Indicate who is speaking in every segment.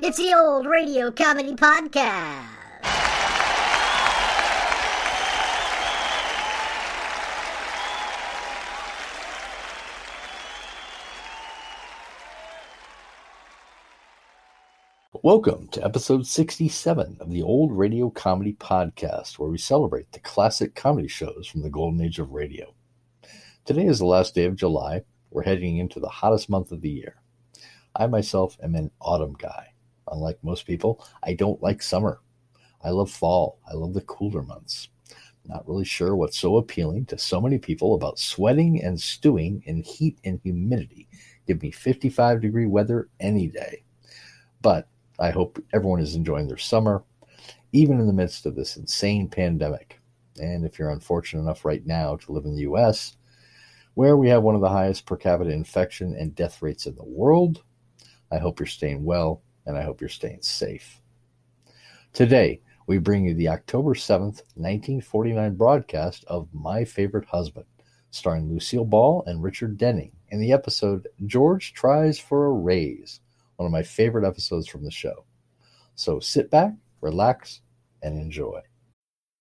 Speaker 1: It's the old radio comedy podcast.
Speaker 2: Welcome to episode 67 of the Old Radio Comedy Podcast, where we celebrate the classic comedy shows from the golden age of radio. Today is the last day of July. We're heading into the hottest month of the year. I myself am an autumn guy. Unlike most people, I don't like summer. I love fall. I love the cooler months. Not really sure what's so appealing to so many people about sweating and stewing in heat and humidity. Give me 55 degree weather any day. But I hope everyone is enjoying their summer, even in the midst of this insane pandemic. And if you're unfortunate enough right now to live in the US, where we have one of the highest per capita infection and death rates in the world, I hope you're staying well and I hope you're staying safe. Today, we bring you the October 7th, 1949 broadcast of My Favorite Husband, starring Lucille Ball and Richard Denning in the episode George Tries for a Raise one of my favorite episodes from the show. So sit back, relax, and enjoy.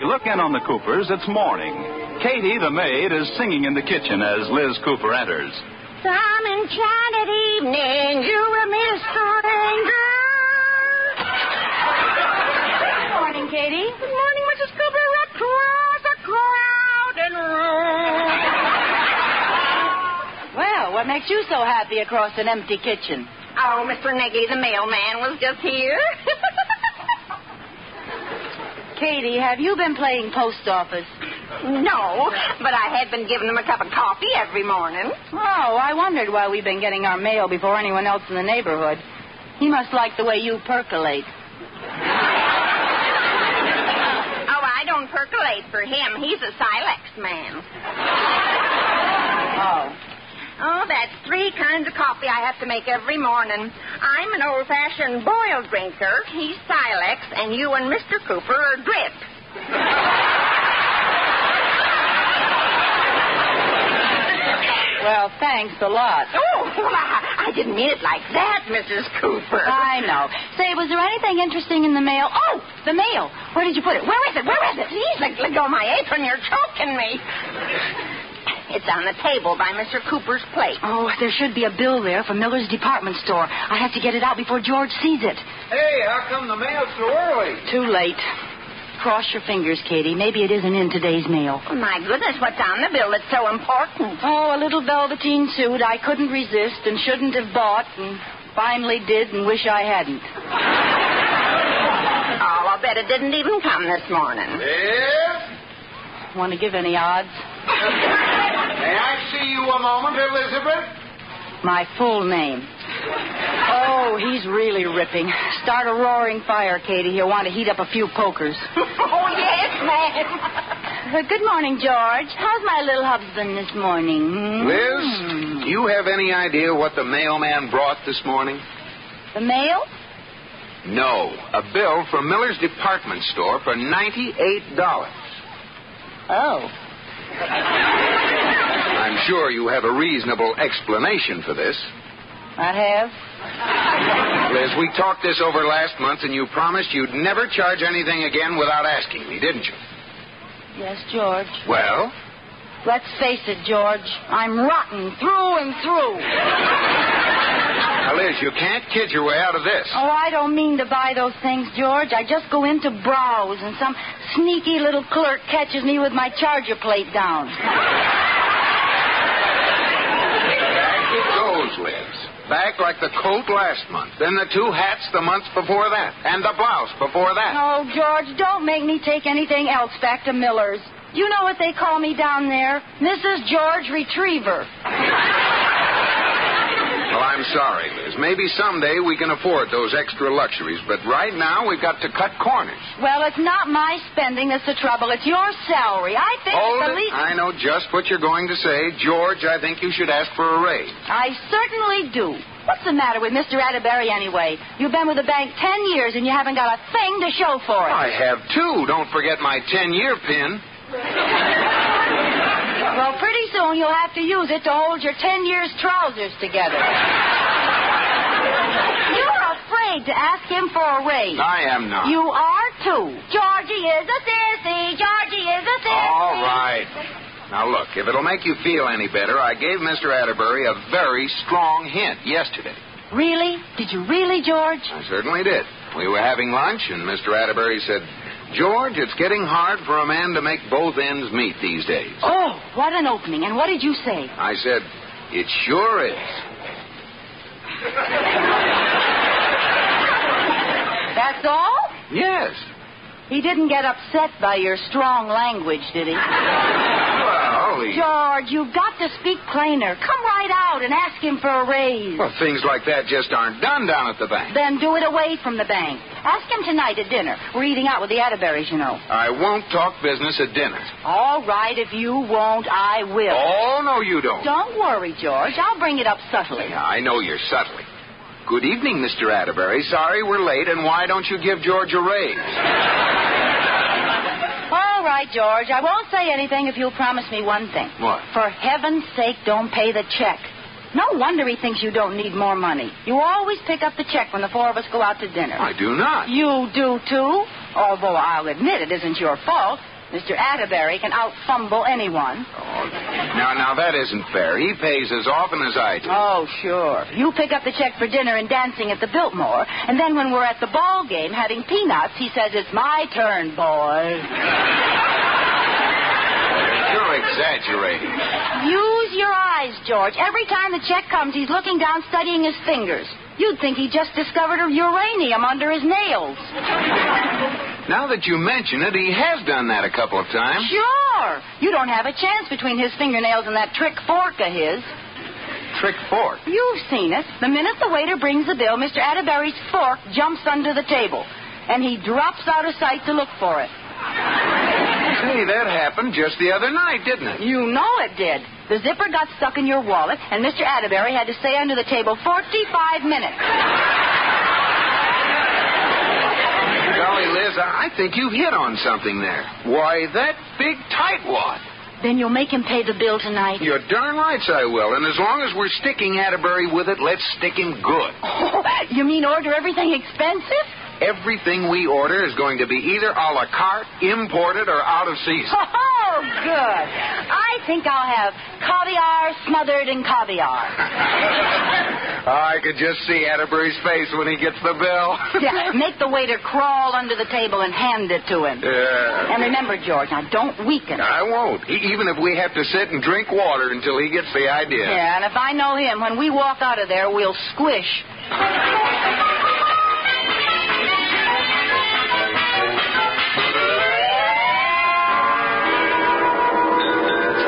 Speaker 3: You look in on the Coopers, it's morning. Katie, the maid, is singing in the kitchen as Liz Cooper enters.
Speaker 4: Some enchanted evening, you will meet a starting girl. Good morning, Katie. Good morning, Mrs. Cooper. Across a crowded room.
Speaker 5: Well, what makes you so happy across an empty kitchen?
Speaker 4: Oh, Mr. Nagy, the mailman, was just here.
Speaker 5: Katie, have you been playing post office?
Speaker 4: no, but I had been giving him a cup of coffee every morning.
Speaker 5: Oh, I wondered why we've been getting our mail before anyone else in the neighborhood. He must like the way you percolate.
Speaker 4: Oh, I don't percolate for him. He's a silex man.
Speaker 5: Oh.
Speaker 4: Oh, that's three kinds of coffee I have to make every morning. I'm an old fashioned boil drinker. He's Silex, and you and Mr. Cooper are drip.
Speaker 5: Well, thanks a lot.
Speaker 4: Oh, well, I, I didn't mean it like that, Mrs. Cooper.
Speaker 5: I know. Say, was there anything interesting in the mail? Oh, the mail. Where did you put it?
Speaker 4: Where is it? Where is it? Please let, let go of my apron. You're choking me. It's on the table by Mr. Cooper's plate.
Speaker 5: Oh, there should be a bill there for Miller's department store. I have to get it out before George sees it.
Speaker 6: Hey, how come the mail's so early?
Speaker 5: Too late. Cross your fingers, Katie. Maybe it isn't in today's mail.
Speaker 4: My goodness, what's on the bill that's so important?
Speaker 5: Oh, a little velveteen suit I couldn't resist and shouldn't have bought and finally did and wish I hadn't.
Speaker 4: Oh, I'll bet it didn't even come this morning.
Speaker 6: Yes?
Speaker 5: Want to give any odds?
Speaker 6: May I see you a moment, Elizabeth?
Speaker 5: My full name. Oh, he's really ripping. Start a roaring fire, Katie. He'll want to heat up a few pokers.
Speaker 4: Oh, yes, ma'am.
Speaker 5: Uh, good morning, George. How's my little husband this morning? hmm?
Speaker 6: Liz, do you have any idea what the mailman brought this morning?
Speaker 5: The mail?
Speaker 6: No. A bill from Miller's department store for $98.
Speaker 5: Oh.
Speaker 6: I'm sure you have a reasonable explanation for this.
Speaker 5: I have?
Speaker 6: Liz, we talked this over last month, and you promised you'd never charge anything again without asking me, didn't you?
Speaker 5: Yes, George.
Speaker 6: Well,
Speaker 5: Let's face it, George. I'm rotten through and through.
Speaker 6: now, Liz, you can't kid your way out of this.
Speaker 5: Oh, I don't mean to buy those things, George. I just go in to browse, and some sneaky little clerk catches me with my charger plate down.
Speaker 6: Back it goes, Liz. Back like the coat last month. Then the two hats the month before that. And the blouse before that.
Speaker 5: Oh, George, don't make me take anything else back to Miller's. You know what they call me down there? Mrs. George Retriever.
Speaker 6: Well, I'm sorry, Liz. Maybe someday we can afford those extra luxuries, but right now we've got to cut corners.
Speaker 5: Well, it's not my spending that's the trouble. It's your salary. I think
Speaker 6: Hold
Speaker 5: it's
Speaker 6: it.
Speaker 5: the least.
Speaker 6: I know just what you're going to say. George, I think you should ask for a raise.
Speaker 5: I certainly do. What's the matter with Mr. Atterbury anyway? You've been with the bank ten years and you haven't got a thing to show for it.
Speaker 6: I have two. Don't forget my 10 year pin.
Speaker 5: Well, pretty soon you'll have to use it to hold your ten years' trousers together. You're afraid to ask him for a raise.
Speaker 6: I am not.
Speaker 5: You are too. Georgie is a sissy. Georgie is a sissy.
Speaker 6: All right. Now, look, if it'll make you feel any better, I gave Mr. Atterbury a very strong hint yesterday.
Speaker 5: Really? Did you really, George?
Speaker 6: I certainly did. We were having lunch, and Mr. Atterbury said, George, it's getting hard for a man to make both ends meet these days.
Speaker 5: Oh, what an opening. And what did you say?
Speaker 6: I said, It sure is.
Speaker 5: That's all?
Speaker 6: Yes.
Speaker 5: He didn't get upset by your strong language, did he?
Speaker 6: Well, he-
Speaker 5: George, you've got to speak plainer. Come right out and ask him for a raise.
Speaker 6: well, things like that just aren't done down at the bank.
Speaker 5: Then do it away from the bank. Ask him tonight at dinner. We're eating out with the Atterburys, you know.
Speaker 6: I won't talk business at dinner.
Speaker 5: All right, if you won't, I will.
Speaker 6: Oh, no, you don't.
Speaker 5: Don't worry, George. I'll bring it up subtly.
Speaker 6: Yeah, I know you're subtly. Good evening, Mr. Atterbury. Sorry we're late, and why don't you give George a raise?
Speaker 5: All right, George. I won't say anything if you'll promise me one thing.
Speaker 6: What?
Speaker 5: For heaven's sake, don't pay the check. No wonder he thinks you don't need more money. You always pick up the check when the four of us go out to dinner.
Speaker 6: I do not.
Speaker 5: You do too. Although I'll admit it isn't your fault. Mr. Atterbury can out fumble anyone.
Speaker 6: Now, now that isn't fair. He pays as often as I do.
Speaker 5: Oh, sure. You pick up the check for dinner and dancing at the Biltmore, and then when we're at the ball game having peanuts, he says it's my turn, boys.
Speaker 6: You're exaggerating.
Speaker 5: Use your eyes, George. Every time the check comes, he's looking down, studying his fingers. You'd think he just discovered uranium under his nails.
Speaker 6: Now that you mention it, he has done that a couple of times.
Speaker 5: Sure. You don't have a chance between his fingernails and that trick fork of his.
Speaker 6: Trick fork.
Speaker 5: You've seen it. The minute the waiter brings the bill, Mr. Atterbury's fork jumps under the table, and he drops out of sight to look for it.
Speaker 6: Hey, that happened just the other night, didn't it?
Speaker 5: You know it did. The zipper got stuck in your wallet, and Mr. Atterbury had to stay under the table 45 minutes.
Speaker 6: Golly, Liz, I I think you hit on something there. Why, that big tightwad.
Speaker 5: Then you'll make him pay the bill tonight.
Speaker 6: You're darn right I will. And as long as we're sticking Atterbury with it, let's stick him good.
Speaker 5: you mean order everything expensive?
Speaker 6: Everything we order is going to be either a la carte, imported, or out of season.
Speaker 5: Oh, good. I think I'll have caviar smothered in caviar.
Speaker 6: I could just see Atterbury's face when he gets the bill.
Speaker 5: Yeah, make the waiter crawl under the table and hand it to him.
Speaker 6: yeah.
Speaker 5: And remember, George, now don't weaken.
Speaker 6: I won't. E- even if we have to sit and drink water until he gets the idea.
Speaker 5: Yeah, and if I know him, when we walk out of there, we'll squish.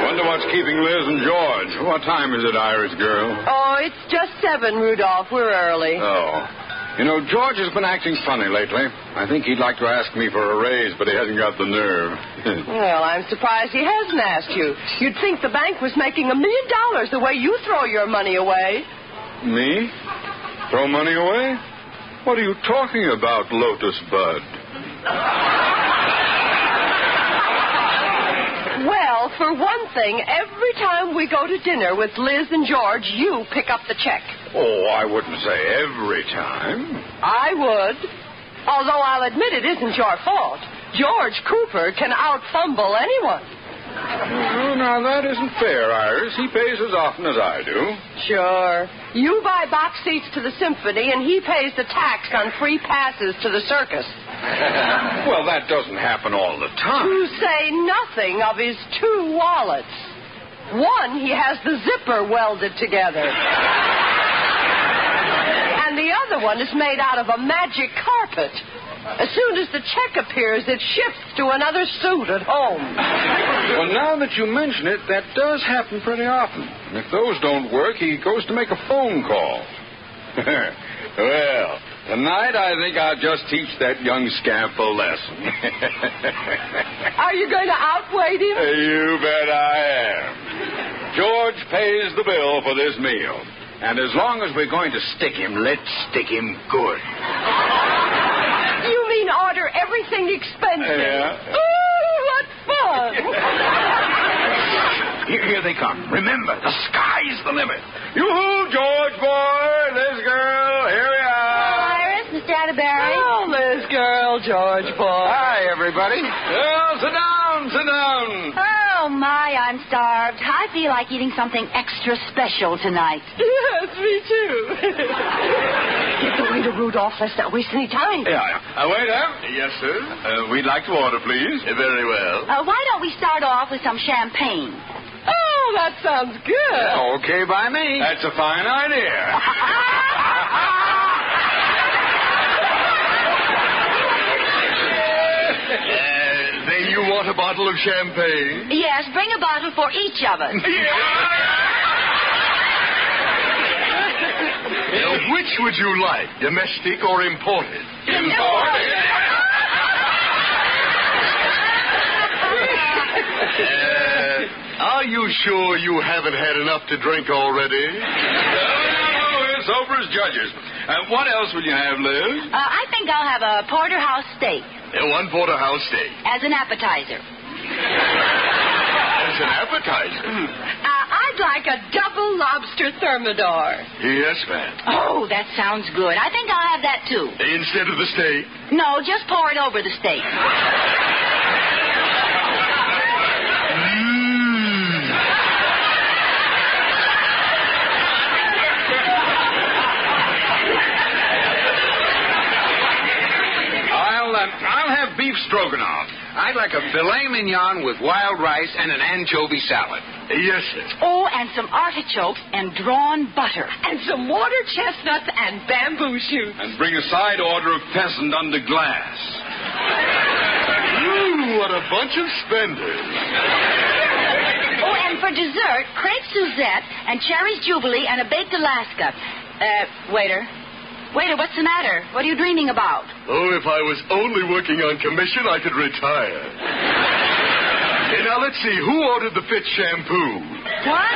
Speaker 7: Wonder what's keeping Liz and George. What time is it, Irish girl?
Speaker 8: Oh, it's just seven, Rudolph. We're early.
Speaker 7: Oh. You know, George has been acting funny lately. I think he'd like to ask me for a raise, but he hasn't got the nerve.
Speaker 8: Well, I'm surprised he hasn't asked you. You'd think the bank was making a million dollars the way you throw your money away.
Speaker 7: me? Throw money away? What are you talking about, Lotus Bud?
Speaker 8: Well, for one thing, every time we go to dinner with Liz and George, you pick up the check.
Speaker 7: Oh, I wouldn't say every time.
Speaker 8: I would. Although I'll admit it isn't your fault. George Cooper can out fumble anyone.
Speaker 7: Well, Oh, now, that isn't fair, Iris. He pays as often as I do.
Speaker 8: Sure. You buy box seats to the symphony, and he pays the tax on free passes to the circus.
Speaker 7: Well, that doesn't happen all the time.
Speaker 8: To say nothing of his two wallets. One, he has the zipper welded together. other one is made out of a magic carpet. As soon as the check appears, it shifts to another suit at home.
Speaker 7: Well, now that you mention it, that does happen pretty often. And if those don't work, he goes to make a phone call. well, tonight I think I'll just teach that young scamp a lesson.
Speaker 8: Are you going to outweigh him?
Speaker 7: You bet I am. George pays the bill for this meal. And as long as we're going to stick him, let's stick him good.
Speaker 8: You mean order everything expensive?
Speaker 7: Yeah.
Speaker 8: Ooh, what fun!
Speaker 7: Here, here they come. Remember, the sky's the limit. You George boy, this girl, here we are.
Speaker 5: Iris, Mr. Atterbury.
Speaker 8: Oh, Liz girl, George boy.
Speaker 6: Hi, everybody.
Speaker 7: Well, sit down, sit down.
Speaker 5: Oh, my, I'm starved. I feel like eating something extra special tonight.
Speaker 8: Yes, me too. Get the waiter, Rudolph. Let's not waste any time.
Speaker 7: Yeah, yeah. Uh, waiter. Yes, sir. Uh, we'd like to order, please. very well.
Speaker 5: Uh, why don't we start off with some champagne?
Speaker 8: Oh, that sounds good.
Speaker 6: Okay by me.
Speaker 7: That's a fine idea.
Speaker 6: then you want a bottle of champagne?
Speaker 5: Yes, bring a bottle for each of us.
Speaker 6: which would you like, domestic or imported? Imported. Uh, are you sure you haven't had enough to drink already?
Speaker 7: We're sober as judges. Uh, what else will you have, Liz?
Speaker 5: Uh, I think I'll have a porterhouse steak
Speaker 6: Uh, One porterhouse steak.
Speaker 5: as an appetizer.
Speaker 6: That's an appetizer.
Speaker 7: Hmm.
Speaker 8: Uh, I'd like a double lobster thermidor.
Speaker 6: Yes, ma'am.
Speaker 5: Oh, that sounds good. I think I'll have that too.
Speaker 6: Instead of the steak.
Speaker 5: No, just pour it over the steak.
Speaker 6: I'll, um, I'll have beef stroganoff. I'd like a filet mignon with wild rice and an anchovy salad. Yes, sir.
Speaker 5: Oh, and some artichokes and drawn butter.
Speaker 8: And some water chestnuts and bamboo shoots.
Speaker 7: And bring a side order of pheasant under glass.
Speaker 6: Ooh, what a bunch of spenders.
Speaker 5: Oh, and for dessert, crepe Suzette and cherries Jubilee and a baked Alaska. Uh, waiter. Waiter, what's the matter? What are you dreaming about?
Speaker 6: Oh, if I was only working on commission, I could retire. Hey, now, let's see. Who ordered the Fitz shampoo?
Speaker 5: What?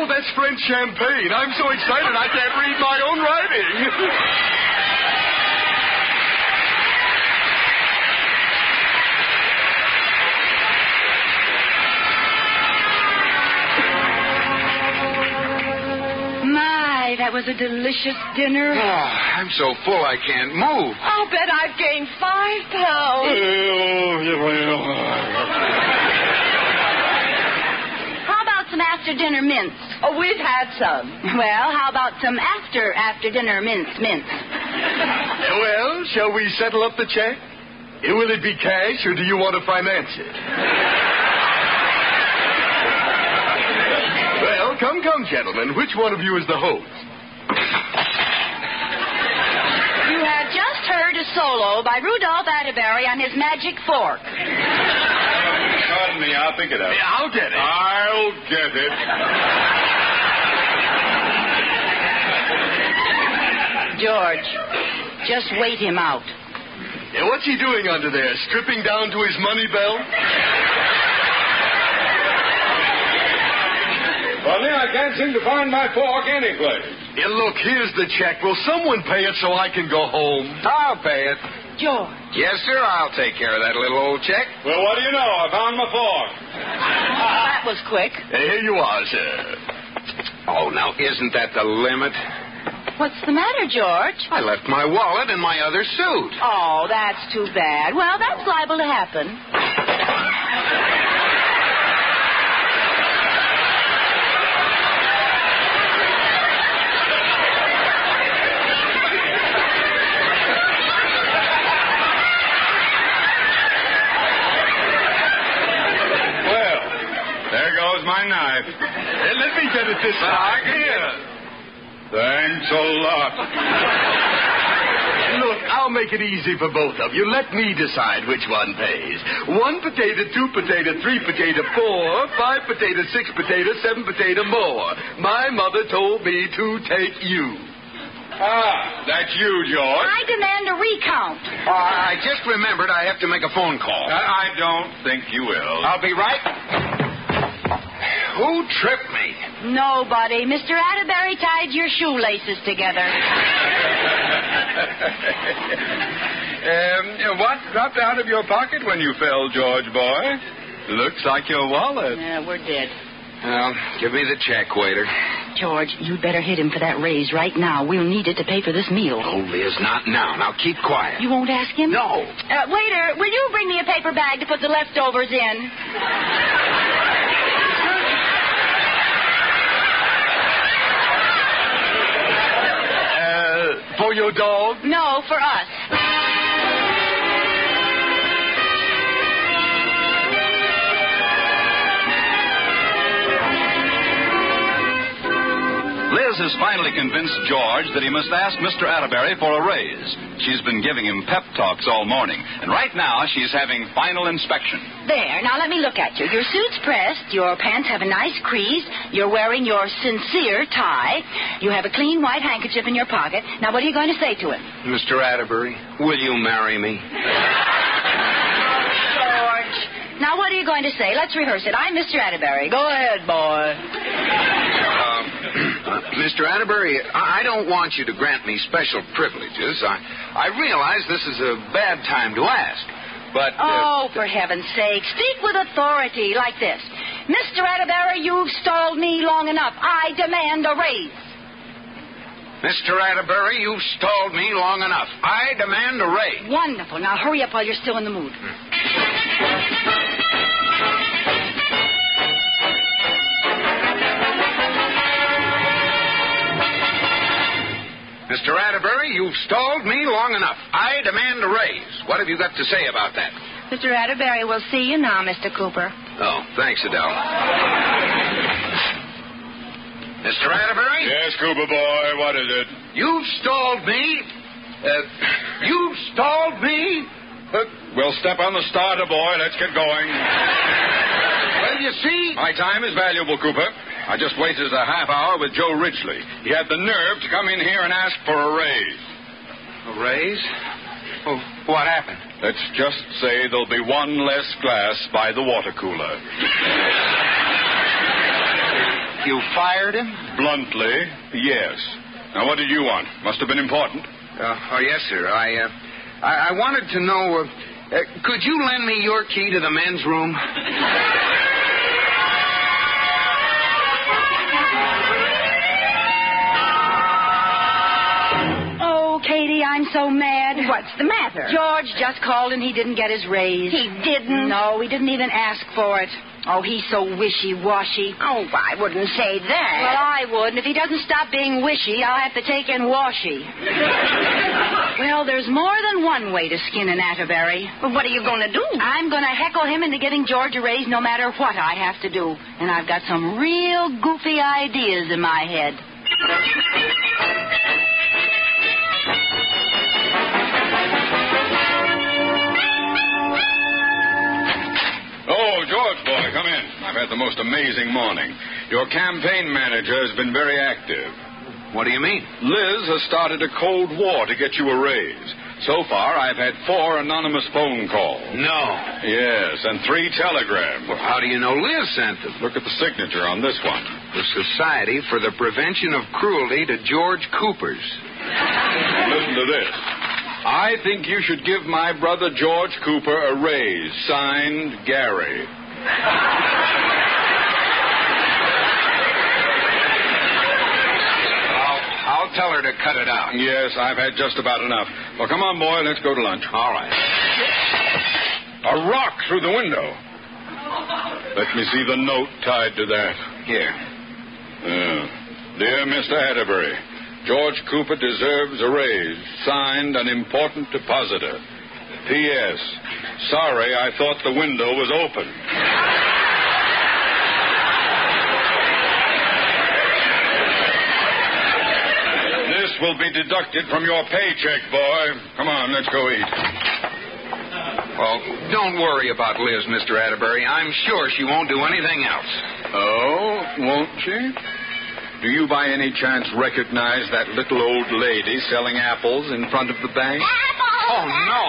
Speaker 6: Oh, that's French champagne. I'm so excited I can't read my own writing.
Speaker 5: My, that was a delicious dinner.
Speaker 6: Ah, I'm so full I can't move.
Speaker 8: I'll bet I've gained five pounds.
Speaker 5: How about some after dinner mints?
Speaker 8: Oh, we've had some.
Speaker 5: Well, how about some after after dinner mints mints?
Speaker 6: Well, shall we settle up the check? Eh, Will it be cash, or do you want to finance it? well, come, come, gentlemen. Which one of you is the host?
Speaker 5: You have just heard a solo by Rudolph Atterbury on his magic fork.
Speaker 7: Pardon me, I'll pick it up.
Speaker 6: I'll get it.
Speaker 7: I'll get it.
Speaker 5: George, just wait him out.
Speaker 6: Yeah, what's he doing under there? Stripping down to his money belt?
Speaker 7: Well, now I can't seem to find my fork anyplace.
Speaker 6: Yeah, look, here's the check. Will someone pay it so I can go home?
Speaker 7: I'll pay it.
Speaker 5: George.
Speaker 6: Yes, sir. I'll take care of that little old check.
Speaker 7: Well, what do you know? I found my fork.
Speaker 5: that was quick.
Speaker 6: Here you are, sir. Oh, now isn't that the limit?
Speaker 5: What's the matter, George?
Speaker 6: I left my wallet in my other suit.
Speaker 5: Oh, that's too bad. Well, that's liable to happen.
Speaker 7: Well, there goes my knife. Uh,
Speaker 6: let me get it this
Speaker 7: I can get it. Thanks a lot.
Speaker 9: Look, I'll make it easy for both of you. Let me decide which one pays. One potato, two potato, three potato, four, five potato, six potato, seven potato more. My mother told me to take you.
Speaker 7: Ah, that's you, George.
Speaker 5: I demand a recount.
Speaker 6: Uh, I just remembered I have to make a phone call.
Speaker 7: Uh, I I don't think you will.
Speaker 6: I'll be right. Who tripped me?
Speaker 5: Nobody. Mr. Atterbury tied your shoelaces together.
Speaker 7: Um, what dropped out of your pocket when you fell, George boy? Looks like your wallet.
Speaker 5: Yeah, we're dead.
Speaker 6: Well, give me the check, waiter.
Speaker 5: George, you'd better hit him for that raise right now. We'll need it to pay for this meal.
Speaker 6: Oh, Liz, not now. Now keep quiet.
Speaker 5: You won't ask him?
Speaker 6: No.
Speaker 5: Uh, waiter, will you bring me a paper bag to put the leftovers in?
Speaker 9: Uh, for your dog?
Speaker 5: No, for us.
Speaker 3: Liz has finally convinced George that he must ask Mr. Atterbury for a raise. She's been giving him pep talks all morning, and right now she's having final inspection.
Speaker 5: There, now let me look at you. Your suit's pressed, your pants have a nice crease, you're wearing your sincere tie, you have a clean white handkerchief in your pocket. Now, what are you going to say to him?
Speaker 6: Mr. Atterbury, will you marry me?
Speaker 5: George. Now, what are you going to say? Let's rehearse it. I'm Mr. Atterbury. Go ahead, boy.
Speaker 6: Uh, Mr. Atterbury, I I don't want you to grant me special privileges. I, I realize this is a bad time to ask, but. uh,
Speaker 5: Oh, for heaven's sake, speak with authority like this. Mr. Atterbury, you've stalled me long enough. I demand a raise.
Speaker 6: Mr. Atterbury, you've stalled me long enough. I demand a raise.
Speaker 5: Wonderful. Now hurry up while you're still in the mood.
Speaker 6: Mr. Atterbury, you've stalled me long enough. I demand a raise. What have you got to say about that?
Speaker 5: Mr. Atterbury, we'll see you now, Mr. Cooper.
Speaker 6: Oh, thanks, Adele. Mr. Atterbury?
Speaker 7: Yes, Cooper boy, what is it?
Speaker 6: You've stalled me. Uh, you've stalled me. Uh,
Speaker 7: We'll step on the starter, boy. Let's get going.
Speaker 6: well, you see.
Speaker 7: My time is valuable, Cooper. I just wasted a half hour with Joe Ridgely. He had the nerve to come in here and ask for a raise.
Speaker 6: A raise? Oh, what happened?
Speaker 7: Let's just say there'll be one less glass by the water cooler.
Speaker 6: You fired him?
Speaker 7: Bluntly, yes. Now, what did you want? Must have been important.
Speaker 6: Uh, oh, yes, sir. I, uh, I, I wanted to know. Uh, uh, could you lend me your key to the men's room?
Speaker 5: Oh, Katie, I'm so mad.
Speaker 4: What's the matter?
Speaker 5: George just called and he didn't get his raise.
Speaker 4: He didn't?
Speaker 5: No, he didn't even ask for it. Oh, he's so wishy-washy.
Speaker 4: Oh, I wouldn't say
Speaker 5: Well,
Speaker 4: that.
Speaker 5: I would, and if he doesn't stop being wishy, I'll have to take in washy. well, there's more than one way to skin an Atterbury.
Speaker 4: Well, what are you going to do?
Speaker 5: I'm going to heckle him into giving George a raise no matter what I have to do. And I've got some real goofy ideas in my head.
Speaker 7: Oh, George, boy, come in. I've had the most amazing morning. Your campaign manager has been very active.
Speaker 6: What do you mean?
Speaker 7: Liz has started a cold war to get you a raise. So far, I've had four anonymous phone calls.
Speaker 6: No.
Speaker 7: Yes, and three telegrams.
Speaker 6: Well, how do you know Liz sent them?
Speaker 7: Look at the signature on this one.
Speaker 6: The Society for the Prevention of Cruelty to George Coopers.
Speaker 7: Listen to this. I think you should give my brother George Cooper a raise. Signed, Gary.
Speaker 6: I'll, I'll tell her to cut it out.
Speaker 7: Yes, I've had just about enough. Well, come on, boy, let's go to lunch.
Speaker 6: All right.
Speaker 7: A rock through the window. Let me see the note tied to that.
Speaker 6: Here.
Speaker 7: Uh, Dear Mr. Atterbury, George Cooper deserves a raise. Signed, an important depositor. P.S. Sorry, I thought the window was open.
Speaker 6: will be deducted from your paycheck, boy. Come on, let's go eat.
Speaker 10: Well, don't worry about Liz, Mr. Atterbury. I'm sure she won't do anything else.
Speaker 6: Oh, won't she? Do you by any chance recognize that little old lady selling apples in front of the bank?
Speaker 11: Apples!
Speaker 6: Oh, no.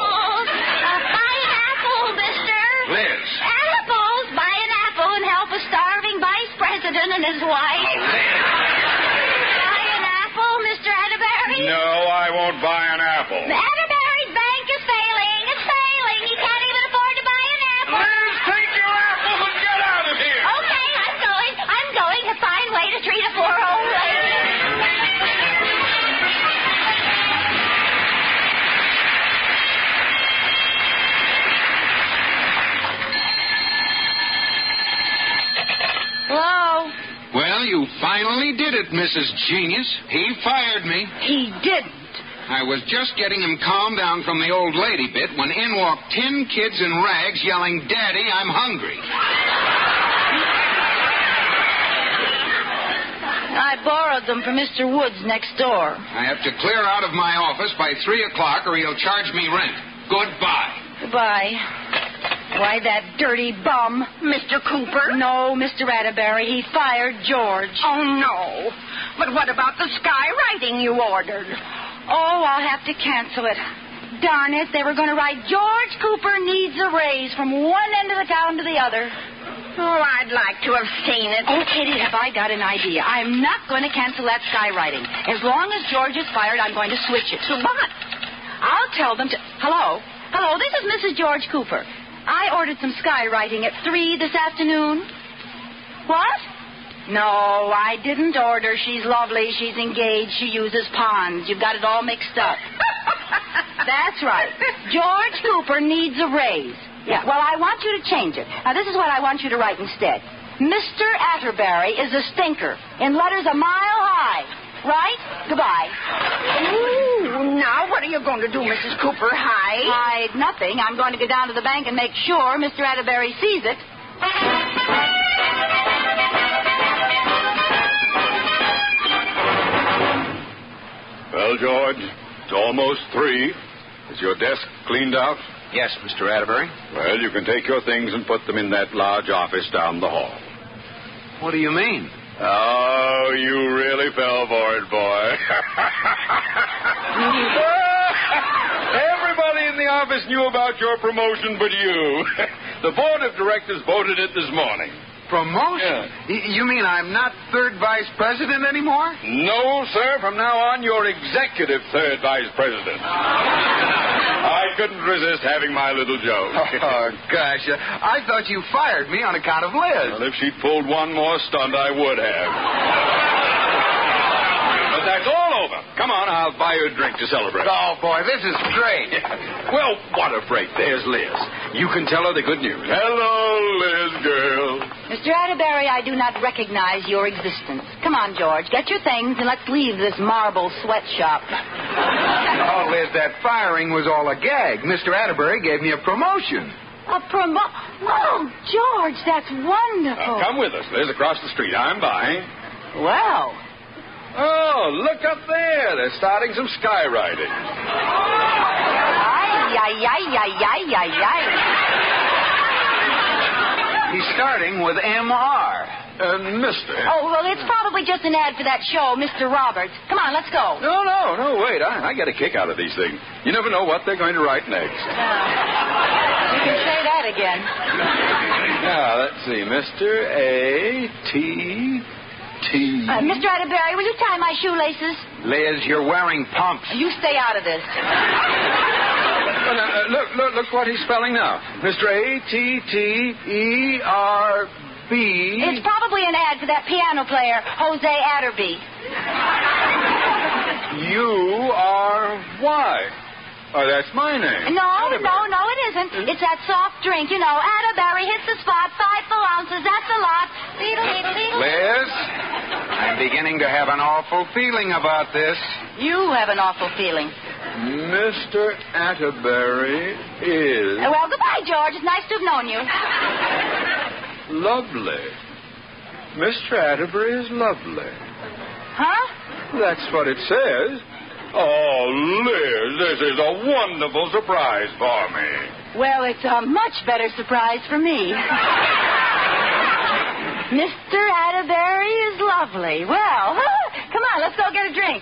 Speaker 11: Apples! Uh, buy an apple, mister!
Speaker 10: Liz.
Speaker 11: Apples! Buy an apple and help a starving vice president and his wife.
Speaker 6: Oh,
Speaker 11: buy an apple, Mr. Atterbury?
Speaker 6: No, I won't buy an apple.
Speaker 11: Atterbury's bank is failing. It's failing. He can't even afford to buy an apple. Liz,
Speaker 6: take your apples and get out of here.
Speaker 11: Okay, I'm going. I'm going to find way to treat a poor old lady.
Speaker 12: Hello?
Speaker 10: Well, you finally did it, Mrs. Genius. He fired me.
Speaker 5: He didn't.
Speaker 10: I was just getting him calmed down from the old lady bit when in walked ten kids in rags yelling, Daddy, I'm hungry.
Speaker 5: I borrowed them from Mr. Woods next door.
Speaker 10: I have to clear out of my office by three o'clock or he'll charge me rent. Goodbye.
Speaker 5: Goodbye. Why, that dirty bum.
Speaker 11: Mr. Cooper?
Speaker 5: No, Mr. Atterbury. He fired George.
Speaker 11: Oh, no. But what about the skywriting you ordered?
Speaker 5: Oh, I'll have to cancel it. Darn it, they were going to write George Cooper needs a raise from one end of the town to the other.
Speaker 11: Oh, I'd like to have seen it.
Speaker 5: Oh, Kitty, have I got an idea? I'm not going to cancel that skywriting. As long as George is fired, I'm going to switch it. To what? I'll tell them to. Hello? Hello, this is Mrs. George Cooper. I ordered some skywriting at 3 this afternoon. What? No, I didn't order. She's lovely. She's engaged. She uses ponds. You've got it all mixed up. That's right. George Cooper needs a raise. Yeah, well, I want you to change it. Now, this is what I want you to write instead. Mr. Atterbury is a stinker in letters a mile high. Right? Goodbye.
Speaker 11: Ooh, now what are you going to do, Mrs. Cooper? Hide?
Speaker 5: Hide nothing. I'm going to go down to the bank and make sure Mr. Atterbury sees it.
Speaker 6: Well, George, it's almost three. Is your desk cleaned out?
Speaker 10: Yes, Mr. Atterbury.
Speaker 6: Well, you can take your things and put them in that large office down the hall.
Speaker 10: What do you mean?
Speaker 6: Oh, you really fell for it, boy. Everybody in the office knew about your promotion but you. the board of directors voted it this morning.
Speaker 10: Promotion? Y- you mean I'm not third vice president anymore?
Speaker 6: No, sir. From now on, you're executive third vice president. I couldn't resist having my little joke.
Speaker 10: Oh, gosh. uh, I thought you fired me on account of Liz.
Speaker 6: well, if she'd pulled one more stunt, I would have. but that's all over. Come on, I'll buy you a drink to celebrate.
Speaker 10: Oh, boy, this is great.
Speaker 6: Well, what a break. There's Liz.
Speaker 10: You can tell her the good news.
Speaker 6: Hello, Liz girl.
Speaker 5: Mr. Atterbury, I do not recognize your existence. Come on, George. Get your things and let's leave this marble sweatshop.
Speaker 10: Oh, Liz, that firing was all a gag. Mr. Atterbury gave me a promotion.
Speaker 5: A promo. Oh, George, that's wonderful.
Speaker 6: Now, Uh, come with us, Liz, across the street. I'm buying.
Speaker 5: Well,
Speaker 6: Oh, look up there. They're starting some skywriting.
Speaker 5: ay, ay, ay, ay, ay, ay, ay.
Speaker 10: He's starting with MR.
Speaker 6: And, mister.
Speaker 5: Oh, well, it's probably just an ad for that show, Mr. Roberts. Come on, let's go.
Speaker 6: No, no, no, wait. I, I get a kick out of these things. You never know what they're going to write next.
Speaker 5: You can say that again.
Speaker 6: Now, let's see. Mr. A. T. T.
Speaker 5: Uh, Mr. Atterbury, will you tie my shoelaces?
Speaker 10: Liz, you're wearing pumps.
Speaker 5: You stay out of this.
Speaker 10: Oh, now, uh, look, look, look what he's spelling now. Mr. A T T E R B.
Speaker 5: It's probably an ad for that piano player, Jose Atterby.
Speaker 6: U. R. Y. Oh, that's my name.
Speaker 5: No,
Speaker 6: Atterbury.
Speaker 5: no, no, it isn't. It's that soft drink, you know. Atterbury hits the spot, five full ounces, that's a lot. Beedle, beedle, beedle.
Speaker 10: Liz, I'm beginning to have an awful feeling about this.
Speaker 5: You have an awful feeling.
Speaker 6: Mr. Atterbury is
Speaker 5: Uh, Well, goodbye, George. It's nice to have known you.
Speaker 6: lovely. Mr. Atterbury is lovely.
Speaker 5: Huh?
Speaker 6: That's what it says.
Speaker 7: Oh, Liz, this is a wonderful surprise for me.
Speaker 5: Well, it's a much better surprise for me. Mr. Atterbury is lovely. Well, come on, let's go get a drink.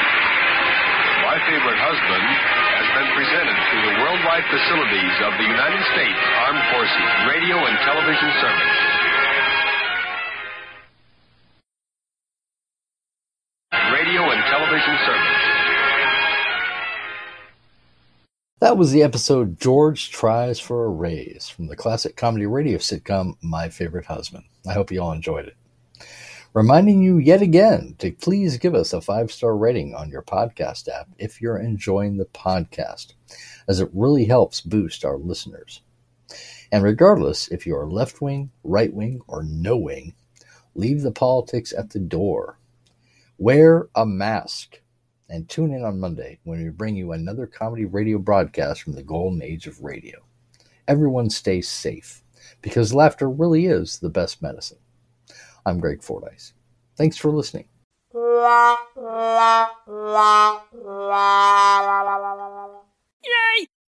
Speaker 6: My Favorite Husband has been presented through the worldwide facilities of the United States Armed Forces Radio and Television Service. Radio and Television Service.
Speaker 2: That was the episode George Tries for a Raise from the classic comedy radio sitcom My Favorite Husband. I hope you all enjoyed it. Reminding you yet again to please give us a five star rating on your podcast app if you're enjoying the podcast, as it really helps boost our listeners. And regardless if you are left wing, right wing, or no wing, leave the politics at the door. Wear a mask and tune in on Monday when we bring you another comedy radio broadcast from the golden age of radio. Everyone stay safe because laughter really is the best medicine. I'm Greg Fordyce. Thanks for listening.
Speaker 13: La la la la la la la la la.
Speaker 14: Yay!